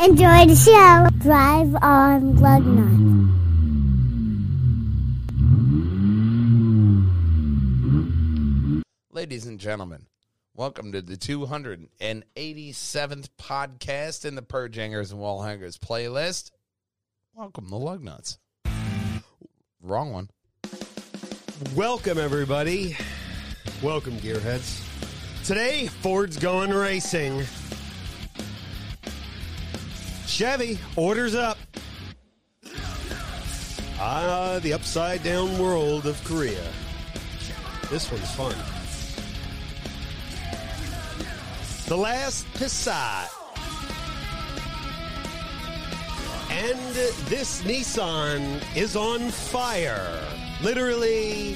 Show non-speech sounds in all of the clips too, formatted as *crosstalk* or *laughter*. Enjoy the show. Drive on Lug Nuts. Ladies and gentlemen, welcome to the 287th podcast in the Purge Hangers and Wall Hangers playlist. Welcome to Lug Nuts. Wrong one. Welcome, everybody. Welcome, Gearheads. Today, Ford's going racing. Chevy orders up. Ah, the upside down world of Korea. This one's fun. The Last Passat. And this Nissan is on fire. Literally,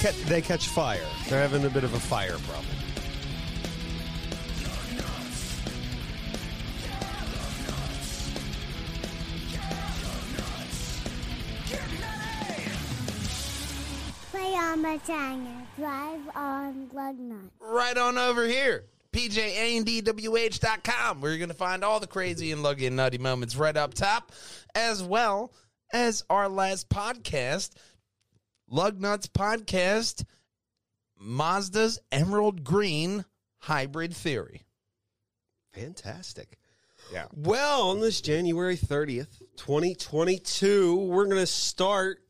ca- they catch fire. They're having a bit of a fire problem. Play on my channel. Drive on Lug Nuts. Right on over here. PJANDWH.com, where you're going to find all the crazy and luggy and nutty moments right up top, as well as our last podcast, Lug Nuts Podcast, Mazda's Emerald Green Hybrid Theory. Fantastic. Yeah. Well, on this January 30th, 2022, we're going to start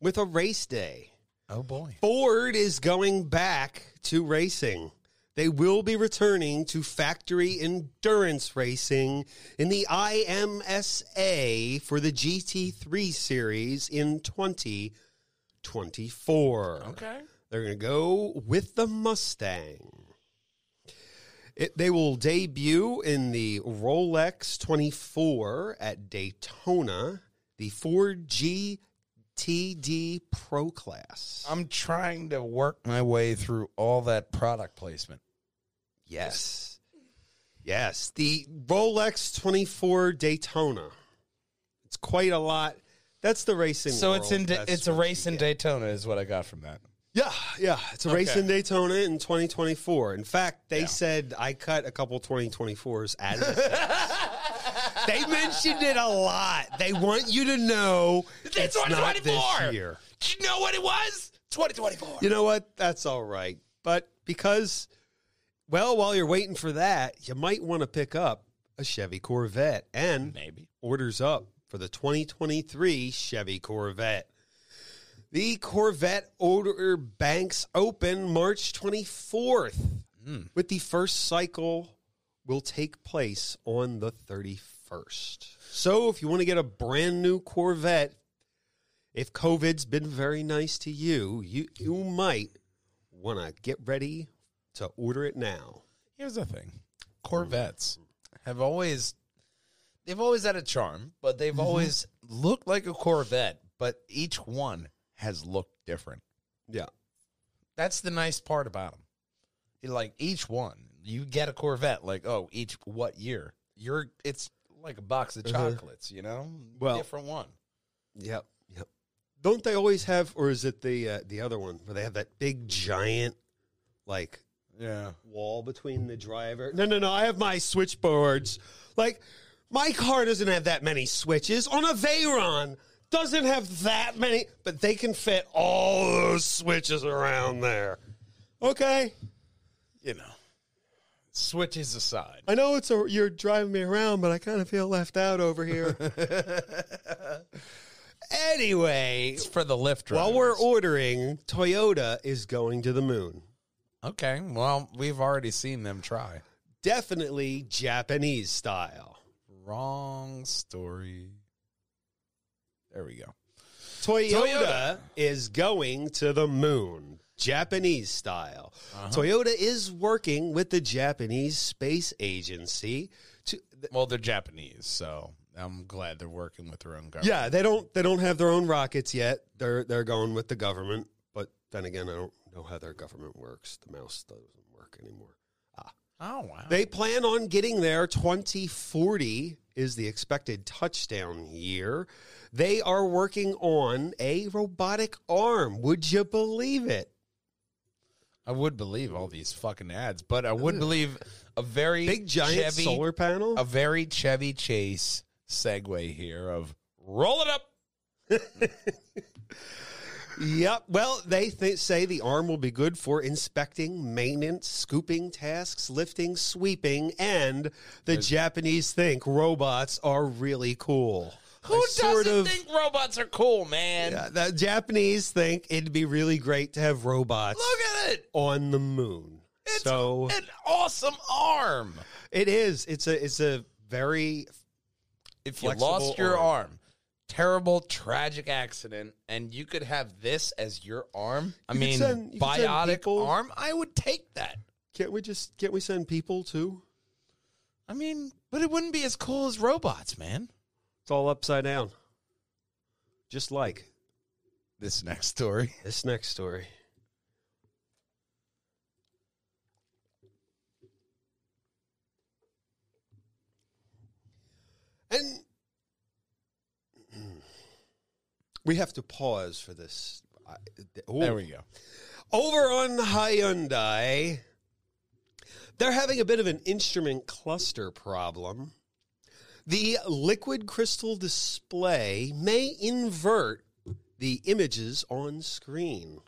with a race day. Oh, boy. Ford is going back to racing. They will be returning to factory endurance racing in the IMSA for the GT3 series in 2024. Okay. They're going to go with the Mustang. It, they will debut in the Rolex 24 at Daytona, the Ford GTD Pro Class. I'm trying to work my way through all that product placement. Yes. Yes. The Rolex 24 Daytona. It's quite a lot. That's the racing. So it's in world. da- That's it's a what race you in get. Daytona is what I got from that. Yeah, yeah. It's a race Okay. in Daytona in 2024. In fact, they Yeah. said I cut a couple 2024s out of this. *laughs* they mentioned it a lot. They want you to know It's it's not this 2024. year. you know what it was? 2024. You know what? That's all right. But because, well, while you're waiting for that, you might want to pick up a Chevy Corvette and Maybe. orders up for the 2023 Chevy Corvette. The Corvette order banks open March 24th, with the first cycle will take place on the 31st. So if you want to get a brand new Corvette, if COVID's been very nice to you, you you might want to get ready to order it now. Here's the thing. Corvettes have always they've always had a charm, but Mm-hmm. they've always looked like a Corvette, but each one has looked different. Yeah. That's the nice part about them. Like each one, you get a Corvette. Like oh, each what year? You're it's like a box of Uh-huh. chocolates, you know. Well- different one. Yep. Yep. Don't they always have, or is it the uh, the other one where they have that big giant like Yeah. wall between the driver? No, no, no. I have my switchboards. Like my car doesn't have that many switches. On a Veyron doesn't have that many, but they can fit all those switches around there. Okay. You know. Switches aside. I know it's a you're driving me around, but I kind of feel left out *laughs* over here. anyway, It's for the lift while we're drivers. ordering, Toyota is going to the moon. okay, well, we've already seen them try. Definitely Japanese style. Wrong story. There we go. Toyota, Toyota. is going to the moon. Japanese style. Uh-huh. Toyota is working with the Japanese Space Agency to Well, they're Japanese, so I'm glad they're working with their own government. Yeah, they don't they don't have their own rockets yet. They're they're going with the government, but then again, I don't know how their government works. The mouse doesn't work anymore. Oh wow. They plan on getting there 2040 is the expected touchdown year. They are working on a robotic arm. Would you believe it? I would believe all these fucking ads, but I would believe a very Big giant Chevy, solar panel. a very Chevy Chase segue here of roll it up. Yep. Well, they th- say the arm will be good for inspecting, maintenance, scooping tasks, lifting, sweeping, and the Japanese think robots are really cool. Who I doesn't think robots are cool, man? Yeah, the Japanese think it'd be really great to have robots Look at it. on the moon. It's so an awesome arm. it is. It's a it's a very If you Flexible lost your arm. arm, terrible tragic accident, and you could have this as your arm, I You could mean, send- you could send biotic people- arm, I would take that. can't we just can't we send people too? I mean, but it wouldn't be as cool as robots, man. It's all upside down. Just like This next story. This next story. And *clears throat* we have to pause for this. I- ooh. There we go. Over on Hyundai, they're having a bit of an instrument cluster problem. The liquid crystal display may invert the images on screen,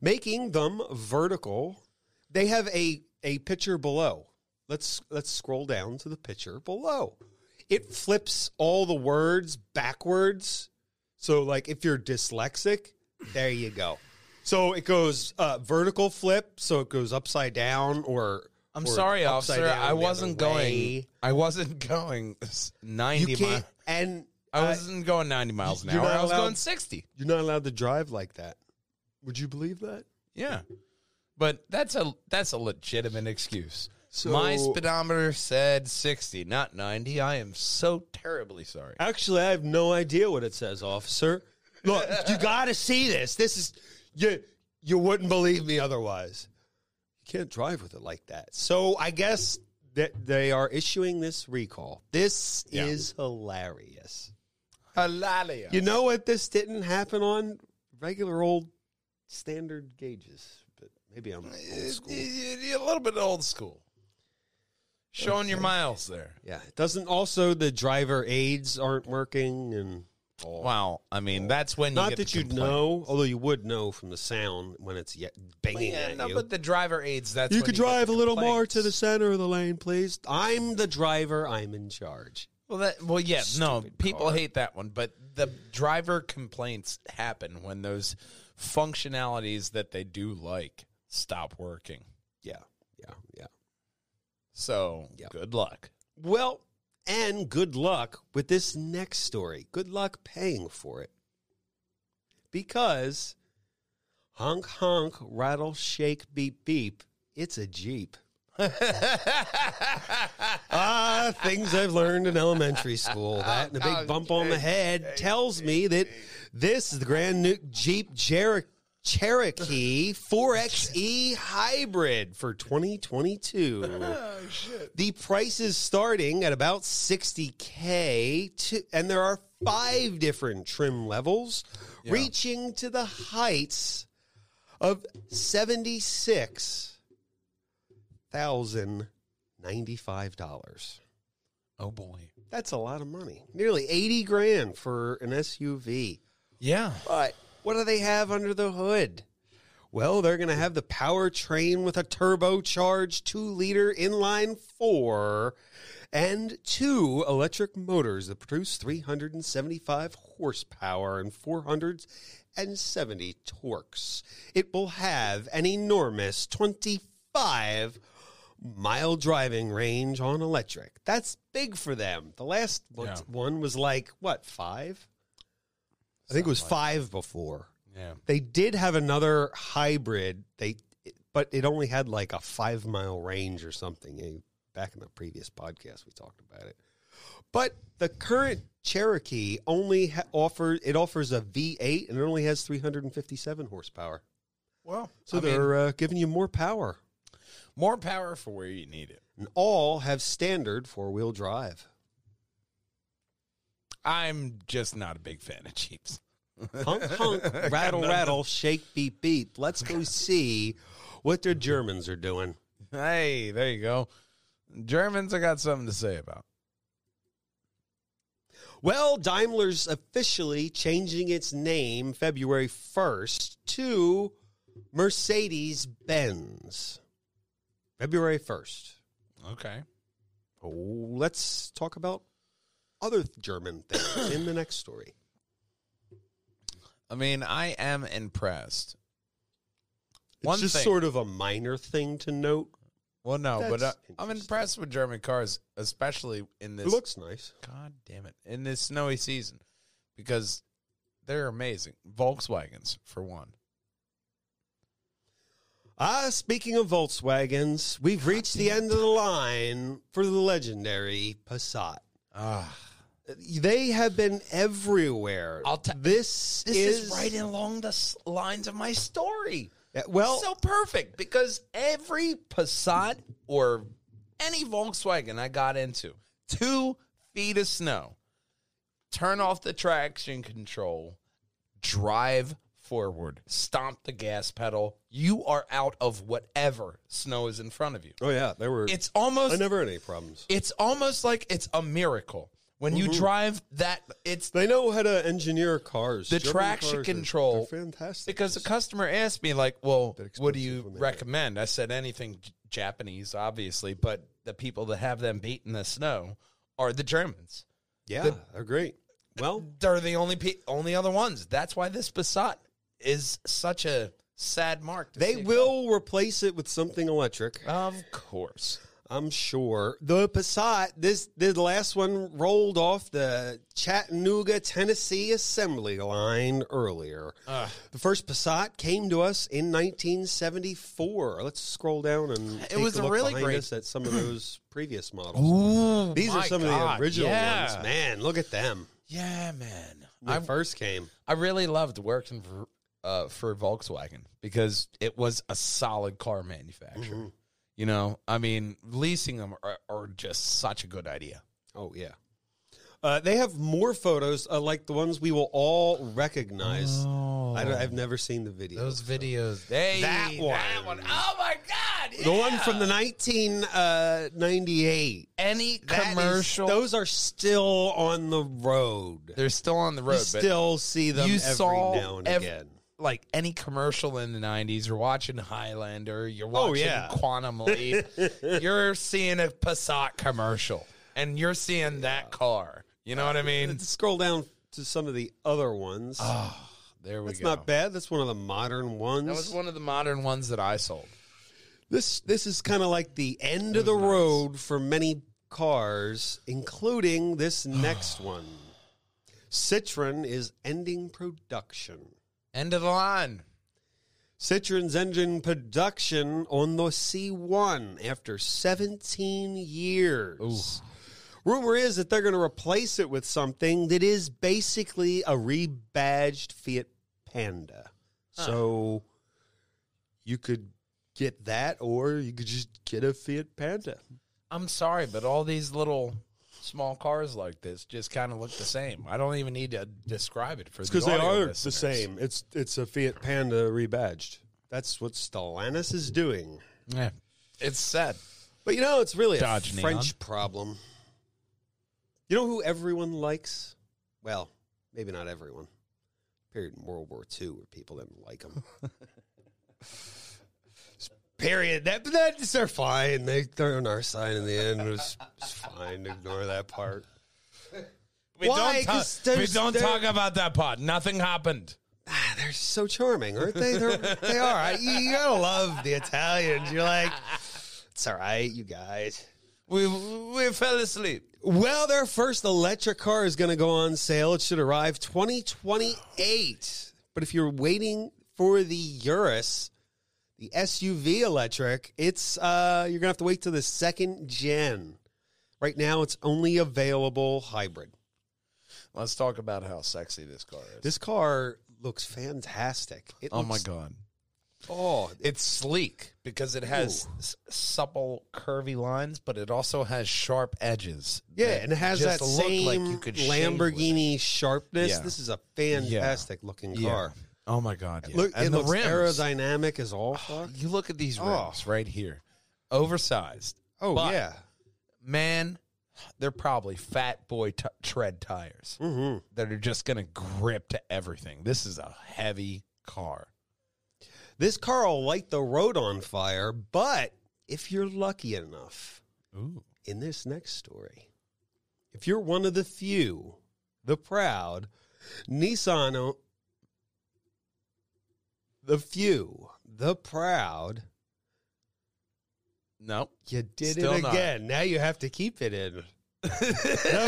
making them vertical. They have a, a picture below. Let's let's scroll down to the picture below. It flips all the words backwards. So like if you're dyslexic, there you go. So it goes uh, vertical flip, so it goes upside down or I'm or sorry, upside officer. down the I other wasn't way. going. I wasn't *laughs* going You 90 miles. can't and I uh, wasn't going 90 miles an you're hour. not I was allowed- going 60. you're not allowed to drive like that. Would you believe that? Yeah. But that's a that's a legitimate excuse. So- My speedometer said 60, not 90. I am so terribly sorry. Actually, I have no idea what it says, officer. Look, you got to see this. This is you. You wouldn't believe me otherwise. You can't drive with it like that. So I guess that they are issuing this recall. This Yeah. is hilarious. Hilaria. You know what? This didn't happen on regular old standard gauges, but maybe I'm old school. a little bit old school. Showing your miles there. Yeah. it Doesn't also the driver aids aren't working and all. Wow. I mean, that's when Not you get that the you'd complaint. know, although you would know from the sound when it's ye- banging Yeah, at no, you. but the driver aids. That's you when could get drive a the little more complaints. to the center of the lane, please. I'm the driver. I'm in charge. Well, that well, yeah, no, Stupid people car. hate that one, but the driver complaints happen when those functionalities that they do like stop working. Yeah, yeah, yeah. So Yep. good luck. Well, and good luck with this next story. Good luck paying for it. Because honk, honk, rattle, shake, beep, beep, it's a Jeep. *laughs* Ah, things I've learned in elementary school. That and a big bump on the head tells me that this is the brand new Jeep Jeri- Cherokee 4XE hybrid for 2022. The price is starting at about 60K, to, and there are five different trim levels, reaching to the heights of 76,095. Oh boy. That's a lot of money. Nearly 80 grand for an SUV. Yeah. But what do they have under the hood? Well, they're going to have the powertrain with a turbocharged two liter inline four and two electric motors that produce 375 horsepower and 470 torques. It will have an enormous 25 mile driving range on electric. That's big for them. The last one- Yeah. one was like, what, five? I think it was five before. Yeah. They did have another hybrid. They, but it only had like a five mile range or something. eh, Back in the previous podcast, we talked about it. But the current Cherokee only ha- offers it offers a V8 and it only has 357 horsepower. Well, So I mean, they're uh, giving you more power, more power for where you need it. and all have standard four wheel drive. I'm just not a big fan of Jeeps. Honk, honk, rattle, rattle, shake, beep, beep. Let's go see what the Germans are doing. *laughs* hey, there you go. Germans, I got something to say about. Well, Daimler's officially changing its name February 1st to Mercedes Benz. February 1st. Okay. Oh, let's talk about other German things in the next story. I mean, I am impressed. It's just sort of a minor thing to note. Well, no, but uh, That's I'm interesting. impressed with German cars, especially in It this. looks nice. God damn it! In this snowy season, because they're amazing. Volkswagens, for one. Ah, speaking of Volkswagens, we've reached the end of the line for the legendary Passat. Ah, They have been everywhere. I'll ta- this, this is, right along the s- lines of my story. Yeah, Well, so perfect because every Passat or any Volkswagen I got into, two feet of snow, turn off the traction control, drive forward, stomp the gas pedal. You are out of whatever snow is in front of you. oh yeah, there were. It's almost I never had any problems. it's almost like it's a miracle when Mm-hmm. you drive that. It's They know how to engineer cars. The German traction cars are- control- they're fantastic. because the customer asked me like well They're what do expensive you when they break. recommend i said anything J- japanese obviously but the people that have them beat in the snow are the germans yeah, they're great. Well, they're the only pe- only other ones that's why this passat is such a sad mark to they see it will replace it with something electric. go. of course I'm sure. The Passat, this the last one rolled off the Chattanooga, Tennessee assembly line earlier. Ugh. the first Passat came to us in 1974. Let's scroll down and take was a a look really behind great- us *clears throat* at some of those previous models. Ooh, These are my some of God, the original yeah. ones. Man, look at them. yeah man When I, they first came. I really loved working for uh, for volkswagen because it was a solid car manufacturer Mhm. You know, I mean, leasing them are, are just such a good idea. Oh yeah. Uh, they have more photos uh, like the ones we will all recognize. Oh, I don't, I've never seen the video. those videos. They, That That one. one. Oh my god! the one yeah! from the 1998. any That is- commercial. those are still on the road. they're still on the road. you still see them you every saw now and ev- again. but like any commercial in the '90s, you're watching Highlander. You're watching Oh, yeah. *laughs* Quantum Leap. you're seeing a Passat commercial, and you're seeing that car. You know what I mean? Let's scroll down to some of the other ones. Oh, there we That's go. not bad. That's one of the modern ones. That was one of the modern ones that I sold. This this is kind of like the end of the road for many cars, including *sighs* this next one. Citroen is ending production. End of the line. Citroen's engine production on the C1 after 17 years. Rumor is that they're going to replace it with something that is basically a rebadged Fiat Panda. So you could get that, or you could just get a Fiat Panda. I'm sorry, but all these little small cars like this just kind of look the same. I don't even need to describe it for It's the because they audio are the listeners. same. It's it's a Fiat Panda rebadged. That's what Stellantis is doing. Yeah. It's sad. But you know, it's really Dodge a neon. French problem. You know who everyone likes? Well, maybe not everyone. Period in World War II where people didn't like *laughs* them. Period. That, but that's, they're fine. They, they're on our side in the end. It's, it's fine. Ignore that part. We Why? don't, talk, 'Cause we there's- don't there- talk about that pod. Nothing happened. Ah, they're so charming, aren't they? They're, they are. I, you, you gotta love the Italians. You're like, it's all right, you guys. We we fell asleep. Well, their first electric car is going to go on sale. It should arrive 2028. But if you're waiting for the Urus, the SUV electric, it's uh, you're going to have to wait till the second gen. Right now, it's only available hybrid. Let's talk about how sexy this car is. This car looks fantastic. It oh my looks- god. Oh, It's sleek because it has s- supple curvy lines, but it also has sharp edges. yeah, that and it has just that same shave with Lamborghini sharpness. Yeah. This is a fantastic looking Yeah. car. Oh my god! Yeah. Look, and it the looks rims. Oh, aerodynamic as all fuck. You look at these rims Oh. right here. oversized. Oh But- yeah. Man, they're probably fat boy t- tread tires Mm-hmm. that are just going to grip to everything. This is a heavy car. This car will light the road on fire, but if you're lucky enough, Ooh. in this next story, if you're one of the few, the proud, Nissan, o- the few, the proud, No. you did Still it not. again. Now you have to keep it in. the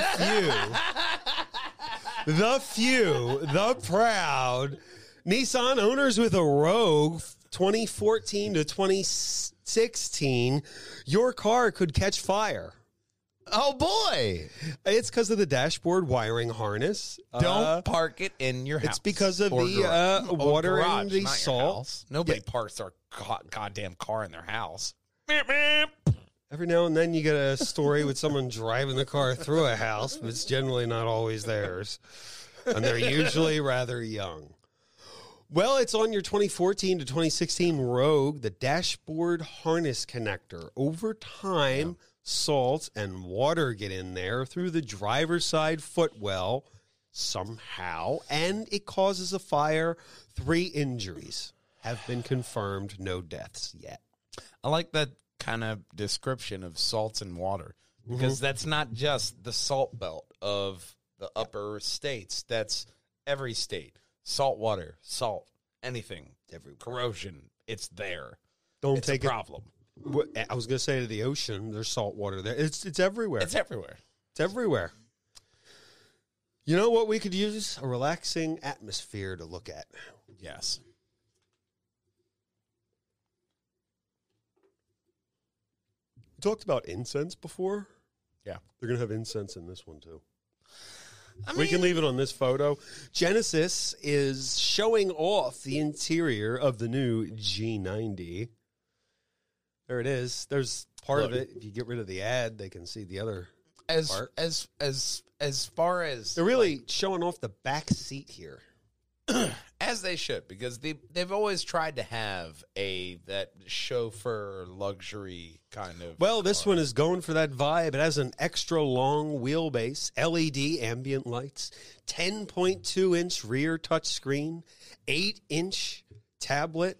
few, the few, the proud, Nissan owners with a Rogue 2014 to 2016, your car could catch fire. Oh, boy. It's because of the dashboard wiring harness. Uh, Don't park it in your house. it's because of Or the, gar- uh, or water and garage, the not your salt. house. Nobody parks their go- goddamn car in their house. Meep, meep. every now and then you get a story with someone driving the car through a house, but it's generally not always theirs. And they're usually rather young. Well, it's on your 2014 to 2016 Rogue, the dashboard harness connector. Over time, salt and water get in there through the driver's side footwell somehow, and it causes a fire. Three injuries have been confirmed, no deaths yet. I like that kind of description of salts and water Mm-hmm. because that's not just the salt belt of the upper states. That's every state. Salt water, salt, anything, Everywhere. corrosion. It's there. Don't It's take a it problem. Wh- I was going to say to the ocean, there's salt water there. It's it's everywhere. It's It's, everywhere. everywhere. You know what we could use? A relaxing atmosphere to look at. Yes. We talked about incense before. Yeah. They're going to have incense in this one too. I we can leave it on this photo. Genesis is showing off the interior of the new G90. There it is. There's part of Look. it. If you get rid of the ad, they can see the other. as Bart. as as as far as They're really showing off the back seat here. as they should because they they've always tried to have a that chauffeur luxury kind of Well, this one is going for that vibe. It has an extra long wheelbase, LED ambient lights, 10.2 inch rear touchscreen, 8 inch tablet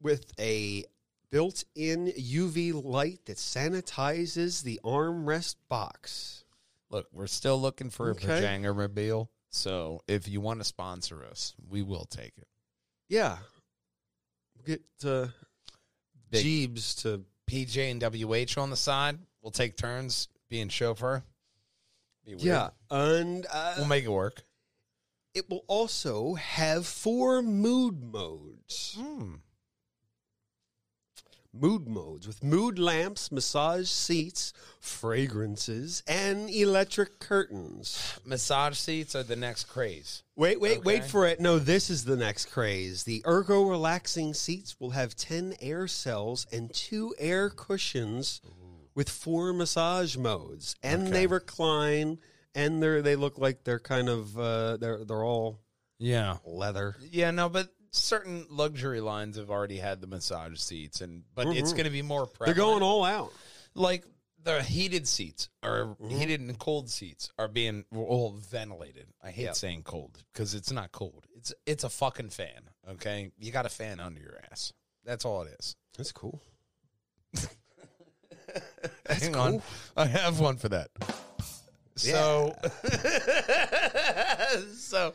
with a built in UV light that sanitizes the armrest box. look we're still looking for Okay. a Pajanger mobile so if you want to sponsor us we will take it Yeah. Get uh, Big- Jeebs to. PJ and WH on the side we'll take turns being chauffeur Be weird. Yeah. And uh, we'll make it work it will also have four mood modes. Hmm. mood modes with mood lamps, massage seats, fragrances, and electric curtains. massage seats are the next craze Wait, wait, wait Okay. for it. No, this is the next craze. The ergo relaxing seats will have 10 air cells and two air cushions with four massage modes. And Okay. they recline and they're they look like they're kind of uh, they're they're all yeah leather. Yeah, no, but certain luxury lines have already had the massage seats, and but it's Mhm. Mm-hmm. going to be more. They're Prevalent. going all out. like the heated seats or Mm-hmm. heated and cold seats are being all ventilated. I hate Yep. saying cold because it's not cold. It's it's a fucking fan. Okay, you got a fan under your ass. That's all it is. That's cool. Hang on, I have one for that. So, *laughs* so,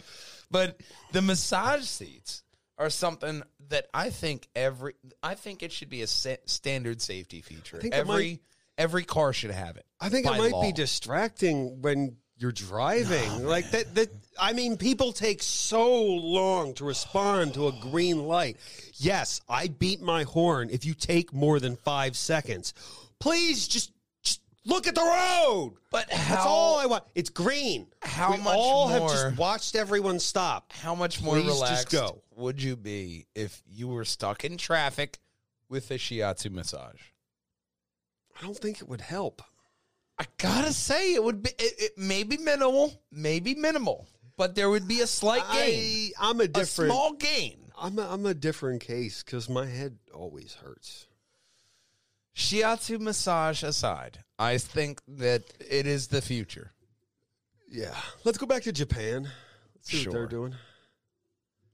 but the massage seats are something that I think every I think it should be a sa- standard safety feature. think it every might- every car should have it. I think it by might law. be distracting when you're driving. like that that I mean people take so long to respond to a green light. Yes, I beat my horn if you take more than 5 seconds. Please just just look at the road. But That's how- all I want. It's green. How we much all have more- just watched everyone stop. How much more Please just relaxed go. would you be if you were stuck in traffic with a shiatsu massage? I don't think it would help. I gotta say, it would be it, it may be minimal, maybe minimal, but there would be a slight gain, I, I'm a a different small gain. I'm a, I'm a different case cuz my head always hurts. shiatsu massage aside, I think that it is the future. Yeah. Let's go back to Japan. Let's see what Sure. they're doing.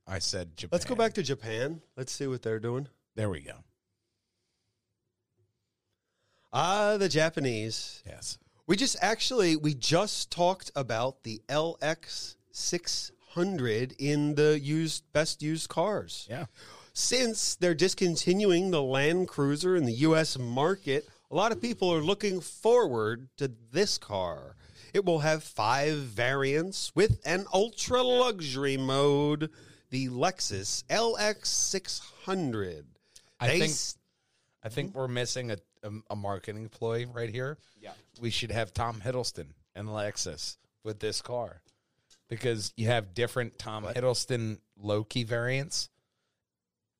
I said Japan. Let's go back to Japan. Let's see what they're doing. There we go. Ah, the Japanese. Yes. We just actually we just talked about the LX 600 in the used best used cars. Yeah. Since they're discontinuing the Land Cruiser in the US market, a lot of people are looking forward to this car. It will have 5 variants with an ultra luxury mode, the Lexus LX 600. I They think- s- I Mm-hmm. think we're missing a, a, a marketing ploy right here. Yeah. We should have Tom Hiddleston and Lexus with this car because you have different Tom Hiddleston low key variants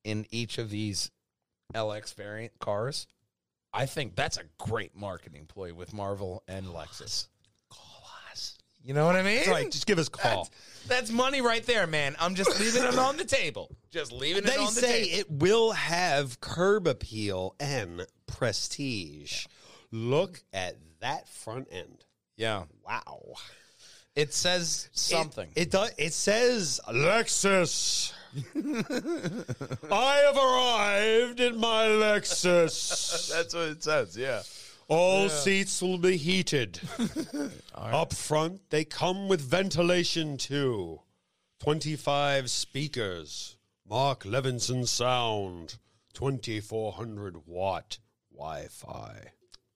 in each of these LX variant cars. I think that's a great marketing ploy with Marvel and Lexus. call us. You know what I mean? That's right, just give us a call. That's, that's money right there, man. I'm just leaving it on the table. Just leaving it They on the say table. it will have curb appeal and prestige. Look at that front end. yeah. Wow. It says something. It, it does it says Lexus. *laughs* I have arrived in my *laughs* Lexus. that's what it says, yeah. All seats will *laughs* be heated. Up front, they come with ventilation too. 25 speakers. Mark Levinson sound. 2400 watt Wi Fi.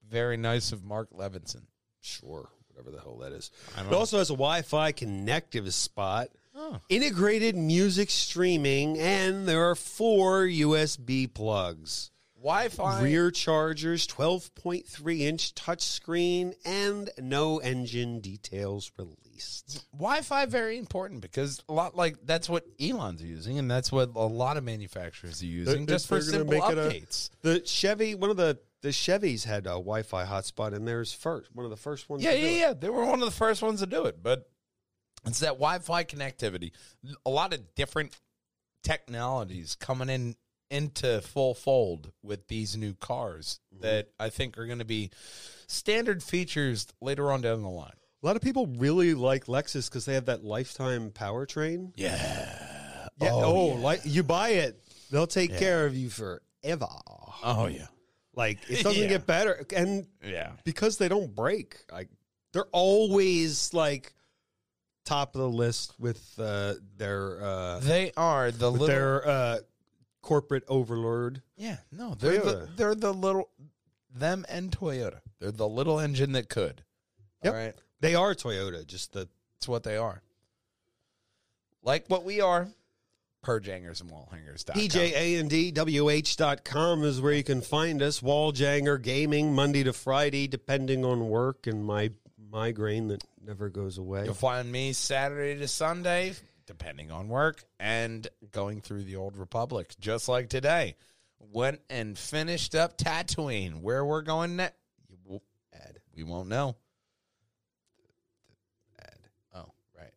Very nice of Mark Levinson. Sure, whatever the hell that is. I don't Oh. It also has a Wi Fi connective spot, integrated music streaming, and there are four USB plugs. Wi-Fi. rear chargers, 12.3 inch touchscreen, and no engine details released. Wi-Fi very important because a lot like that's what Elon's using, and that's what a lot of manufacturers are using They're- just for they're simple gonna make it a- updates. The Chevy, one of the the Chevys had a Wi-Fi hotspot, and there's first one of the first ones. yeah, to do yeah, it. yeah. They were one of the first ones to do it, but it's that Wi-Fi connectivity. A lot of different technologies coming in into full fold with these new cars that I think are going to be standard features later on down the line. A lot of people really like Lexus because they have that lifetime powertrain. Yeah. Yeah. Oh, Oh, like you buy it, they'll take care of you forever. Oh yeah. Like *laughs* it doesn't Yeah. get better, and Yeah. because they don't break, like they're always like top of the list with uh, their uh, They are the with little. their uh, corporate overlord. yeah, no, they're the, Toyota. they're the little them and Toyota. They're the little engine that could. Yep. All right, They are Toyota, just the it's what they are. Like what we are, purge hangers and wall hangers. PJANDWH.com is where you can find us. Walljanger Gaming, Monday to Friday, depending on work and my migraine that never goes away. You'll find me Saturday to Sunday, depending on work, and going through the old Republic, just like today. Went and finished up Tatooine. Where we're going next, Ad. we won't know. Oh, right.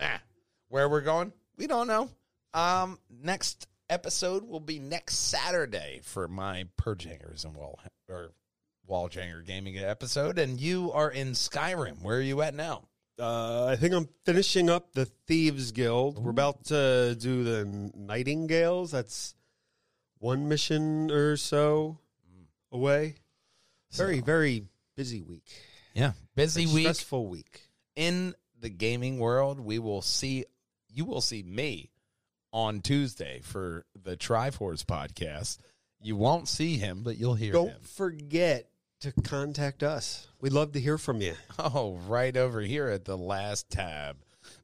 Ah, where we're going, we don't know. Um, next episode will be next Saturday for my purge hangers and wall or wall janger gaming episode, and you are in Skyrim. Where are you at now? Uh, I think I'm finishing up the Thieves Guild. We're about to do the Nightingales. That's one mission or so Mm. away. Very, very busy week. Yeah, busy week Stressful week. in the gaming world. We will see you will see me on Tuesday for the Triforce podcast. You won't see him, but you'll hear him. Don't forget to contact us. We'd love to hear from you. Oh, right over here at the last tab.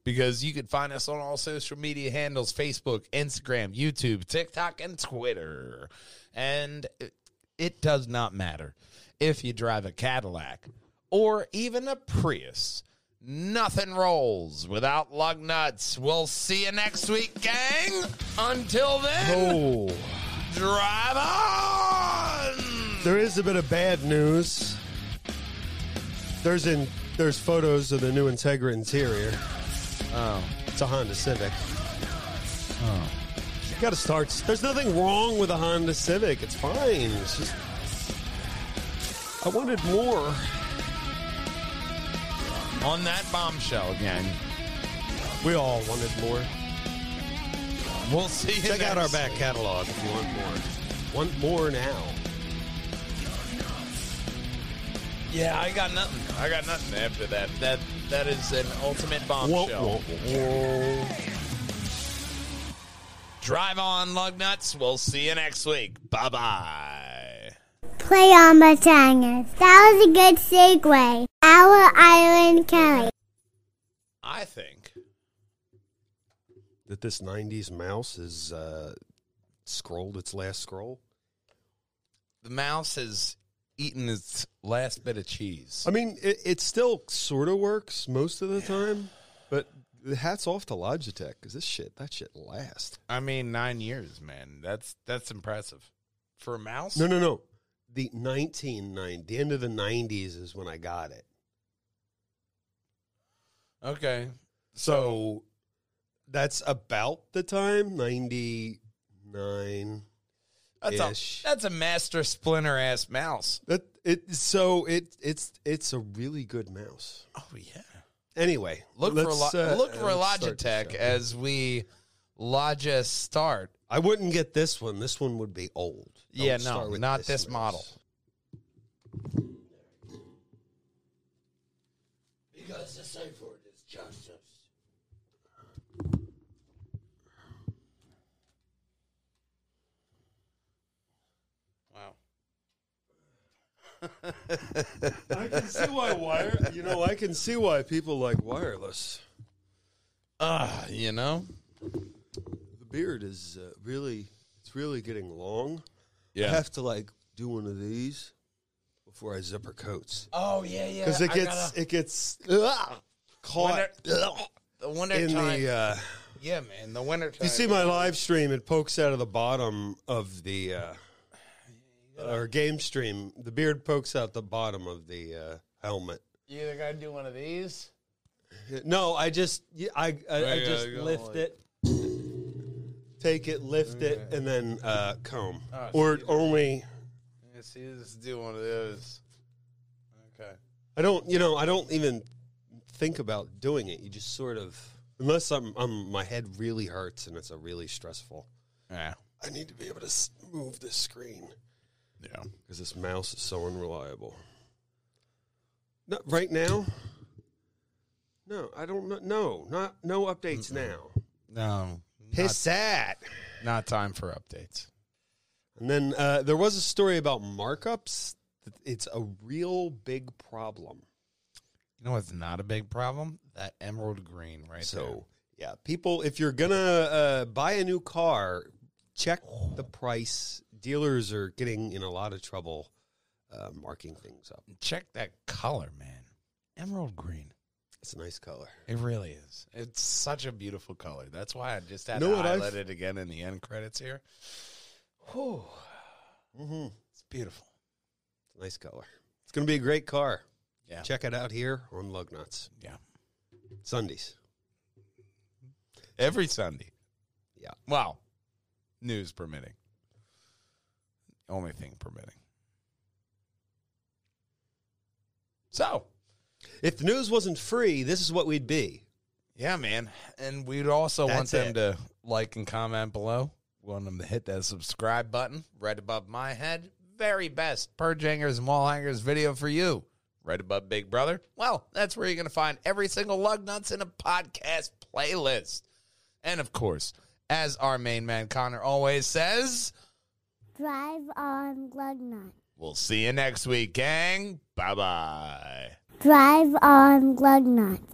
Because you can find us on all social media handles Facebook, Instagram, YouTube, TikTok, and Twitter. And it, it does not matter if you drive a Cadillac or even a Prius. Nothing rolls without lug nuts. We'll see you next week, gang. Until then, Oh, *laughs* drive on. there is a bit of bad news. There's in there's photos of the new Integra interior. Oh. It's a Honda Civic. Oh. You gotta start. There's nothing wrong with a Honda Civic. It's fine. It's just I wanted more. On that bombshell again. We all wanted more. We'll see. you Check out our next back week. catalog if you want more. Want more now. Yeah, I got nothing. I got nothing after that. That that is an ultimate bombshell. Drive on, lug nuts. We'll see you next week. Bye bye. Play on my tangers. That was a good segue. Our Island Kelly. I think That this 90s mouse has uh, scrolled its last scroll. the mouse has eaten its last bit of cheese. I mean, it, it still sort of works most of the time, but the hats off to Logitech because this shit, that shit lasts. I mean, nine years, man. That's that's impressive for a mouse. No, no, no. The 1990, the end of the 90s is when I got it. Okay. So that's about the time, 99. That's Ish. a, that's a master splinter ass mouse. That it so it it's it's a really good mouse. Oh yeah. Anyway, Look let's, for lo- uh, look for let's start the Logitech eh. show. as we Logis start. I wouldn't get this one. This one would be old. Don't yeah, start no, with not this mouse. model. Because the safe word is justice. Wow. I can see why wire. You know, I can see why people like wireless. Ah, you know. The beard is uh, really it's really getting long. Yeah. I have to like do one of these before I zipper coats Oh yeah, yeah. because it I gets gotta- it gets ugh, caught the in winter time. the. Uh, yeah, man, the winter time. If you see my live stream, it pokes out of the bottom of the uh, *sighs* or game stream. The beard pokes out the bottom of the uh, helmet. You either gotta do one of these. No, I just y- I I, I yeah, just you gotta lift like- it, take it, lift it, and then uh, comb. Oh, so or you don't- only Yeah, see, let's do one of those. Okay. I don't. You know, I don't even think about doing it. You just sort of unless I'm, I'm my head really hurts and it's a really stressful. Yeah. I need to be able to s- move this screen. Yeah. because this mouse is so unreliable. Not right now. No, I don't know. No, not no updates now. No. Piss that. Not, not time for updates. And then uh, there was a story about markups. It's a real big problem. You know what's not a big problem? That emerald green right so yeah, people, if you're gonna uh, buy a new car, check the price. Dealers are getting in a lot of trouble uh, marking things up. there. Check that color, man. Emerald green. It's a nice color. It really is. It's such a beautiful color. That's why I just had Know to what I've- highlight it again in the end credits here. Whew. Mm-hmm. It's beautiful. It's a nice color. It's gonna be a great car. Yeah. Check it out here on Lug Nuts Yeah. Sundays. Every Sunday. Yeah. Wow. News permitting. Only thing permitting. So, If the news wasn't free, this is what we'd be. yeah, man. And we'd also want That's them it. to like and comment below. Want them to hit that subscribe button right above my head. Very best purge hangers and wall hangers video for you. Right above Big Brother. Well, that's where you're going to find every single lug nuts in a podcast playlist. And of course, as our main man Connor always says, Drive on Lugnut. We'll see you next week, gang. Bye bye. Drive on Lugnut.